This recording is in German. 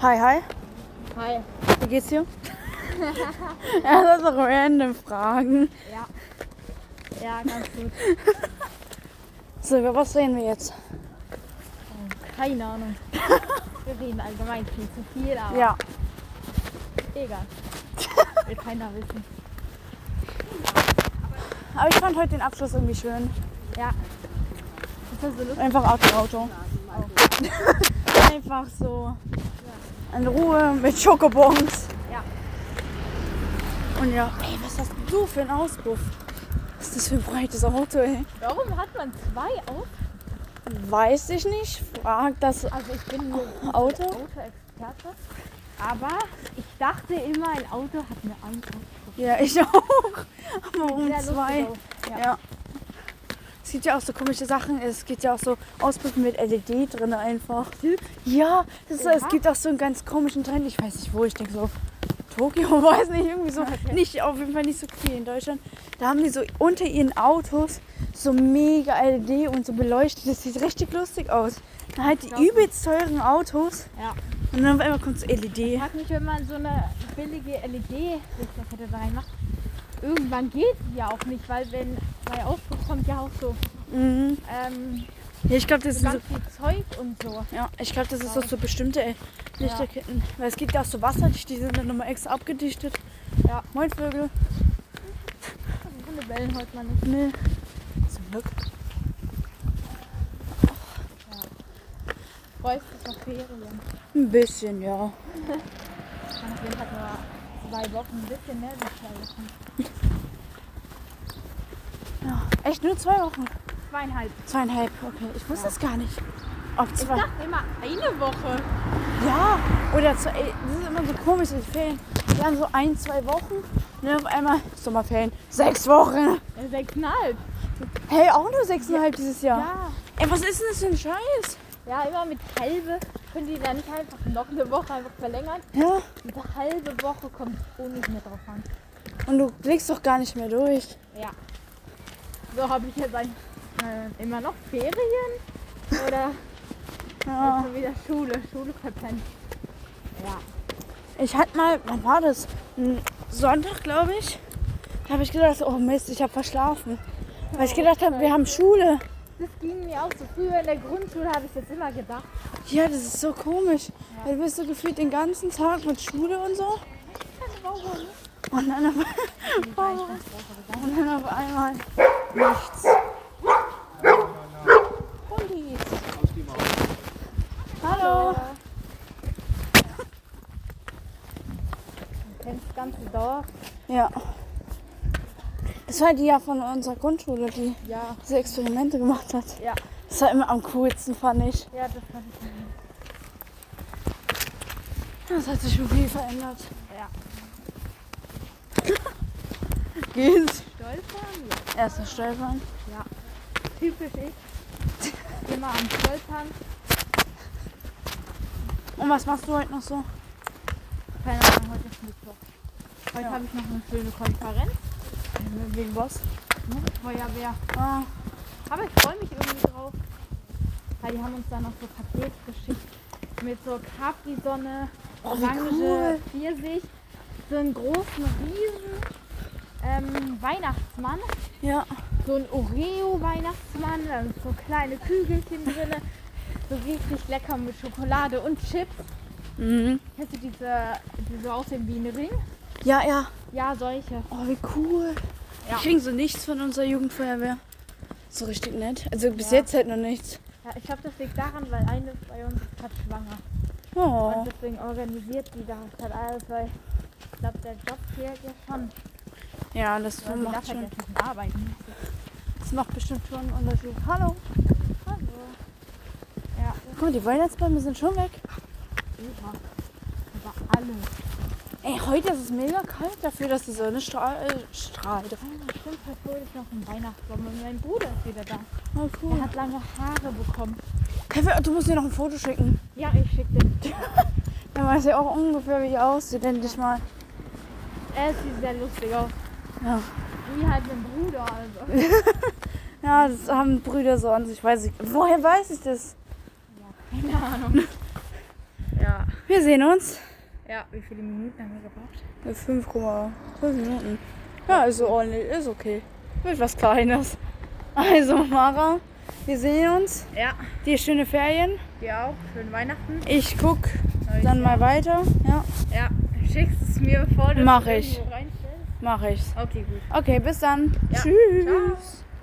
Hi, hi. Hi. Wie geht's dir? ja, das sind random Fragen. Ja. Ja, ganz gut. So, über was reden wir jetzt? Keine Ahnung. Wir reden allgemein viel zu viel, aber Ja. egal. Will keiner wissen. Aber ich fand heute den Abschluss irgendwie schön. Ja. Das ist so lustig. Einfach Auto, Auto. Einfach so. In Ruhe mit Schokobons. Ja. Und ja, ey, was hast du für ein Auspuff? Was ist das für ein breites Auto, ey? Warum hat man zwei auf? Weiß ich nicht. Frag das Also ich bin hier Auto. Autoexperte. Aber ich dachte immer, ein Auto hat nur ein Auto. Ja, ich auch. Aber warum Sehr lustig zwei? auch. Ja. Es gibt ja auch so komische Sachen. Es gibt ja auch so Auspuffen mit LED drin einfach. Ja, das ist, es Oha. gibt auch so einen ganz komischen Trend. Ich weiß nicht wo. Ich denke so Tokio, weiß nicht irgendwie so. Nicht auf jeden Fall nicht so viel in Deutschland. Da haben die so unter ihren Autos so mega LED und so beleuchtet. Das sieht richtig lustig aus. Da halt die Glaub ich. übelst teuren Autos Ja. und dann auf einmal kommt so E LED. Frag mich, wenn man so eine billige E LED-Lichterkette da reinmacht. Irgendwann geht die ja auch nicht, weil wenn bei Ausbruch kommt ja auch so Mhm. ähm, Ja, ich glaube, das so sind so ganz viel Zeug und so. Ja, ich glaube, das ist auch so bestimmte äh, Lichterketten. Weil es gibt ja auch so Wasser, die sind dann nochmal extra abgedichtet. Ja. Moin Vögel. Hunde bellen heute mal nicht. Nee. Zum Glück. Freust dich auf Ferien. Ein bisschen, ja. Man hat jeden Tag nur zwei Wochen, ein bisschen mehr als zwei Wochen. Echt nur zwei Wochen? Zweieinhalb. Zweieinhalb, okay. Ich wusste es gar nicht. Ob Ich zwei. dachte immer eine Woche. Ja. Oder zwei. Ey, das ist immer so komisch in Ferien. Dann so ein, zwei Wochen. Und dann auf einmal Sommerferien. Sechs Wochen. Ja, sechseinhalb. Hey, auch nur sechseinhalb dieses Jahr. Ja. Ey, was ist denn das für ein Scheiß? Ja, immer mit halbe. Können die da nicht einfach noch eine Woche einfach verlängern? Ja. Diese halbe Woche kommt eh nicht mehr drauf an. Und du blickst doch gar nicht mehr durch. Ja. So habe ich jetzt ein, äh, immer noch Ferien oder Ja. schon wieder Schule, Schule verpennt. Ja. Ich hatte mal, wann war das? Ein Sonntag, glaube ich. Da habe ich gedacht, oh Mist, ich habe verschlafen. Weil ich gedacht habe, wir haben Schule. Das ging mir auch so früher in der Grundschule, habe ich jetzt immer gedacht. Ja, das ist so komisch. Weil du bist so gefühlt den ganzen Tag mit Schule und so. Warum? Und dann auf, und dann auf einmal nichts. Hundis. Hallo. Du kennst das ganze Dorf. Ja. Das war die ja von unserer Grundschule, die Ja. diese Experimente gemacht hat. Ja. Das war immer am coolsten, fand ich. Ja, das kann ich nicht. Das hat sich schon viel verändert. Ja. Geht's? Stolpern? Erster Stolpern. Ja. Typisch ich. Immer am Stolpern. Und was machst du heute noch so? Keine Ahnung, heute ist Mittwoch. Heute habe ich noch eine schöne Konferenz. Wegen was? Ne? Feuerwehr. Ah, Aber ich freue mich irgendwie drauf. Weil die haben uns dann noch so Pakete geschickt. Mit so Capri-Sonne, Oh, wie orange Pfirsich, so einen großen, riesen ähm, Weihnachtsmann. ja. So ein Oreo-Weihnachtsmann, da sind so kleine Kügelchen drin. So richtig lecker mit Schokolade und Chips. Mhm. Kennst du diese, die so aussehen wie ein Ring? Ja, ja. Ja, solche. Oh, wie cool. Ja. Wir kriegen so nichts von unserer Jugendfeuerwehr. So richtig nett. Also bis Ja. jetzt halt noch nichts. Ja, ich glaube, das liegt daran, weil eine bei uns ist gerade schwanger. Oh. Und deswegen organisiert die da halt alles, weil ich glaube, der Job fehlt ja schon. Ja, das Weil Hm, die darf macht halt schon. jetzt nicht arbeiten. Das macht bestimmt schon einen Unterschied. Hallo. Hallo. Ja, Guck mal, die Weihnachtsbäume sind schon weg. super. Über alles. Ey, heute ist es mega kalt dafür, dass die Sonne strahl, äh, strahlt. Ah, stimmt, heute hol ich noch einen Weihnachtsbaum und mein Bruder ist wieder da. Oh, Er cool. hat lange Haare bekommen. Kaffee, du musst mir noch ein Foto schicken. Ja, ich schicke den. Dann weiß ich auch ungefähr, wie ich aussehe, denke ich mal. Er sieht sehr lustig aus. Ja. Wie halt ein Bruder. Also. Ja, das haben Brüder so an sich. Weiß ich, woher weiß ich das? Keine Ahnung. Ja. Wir sehen uns. Ja, wie viele Minuten haben wir gebraucht? 5,5 Minuten. Ja, ist so ordentlich, ist okay. Wird was Kleines. Also, Mara, wir sehen uns. Ja, Dir schöne Ferien. dir auch. Schönen Weihnachten. Ich guck Neues dann mal weiter. Ja, Ja, schickst es mir, bevor du Mach es ich. irgendwo reinstellst. mache ich's. Okay, gut. Okay, bis dann. Ja. Tschüss. Ciao.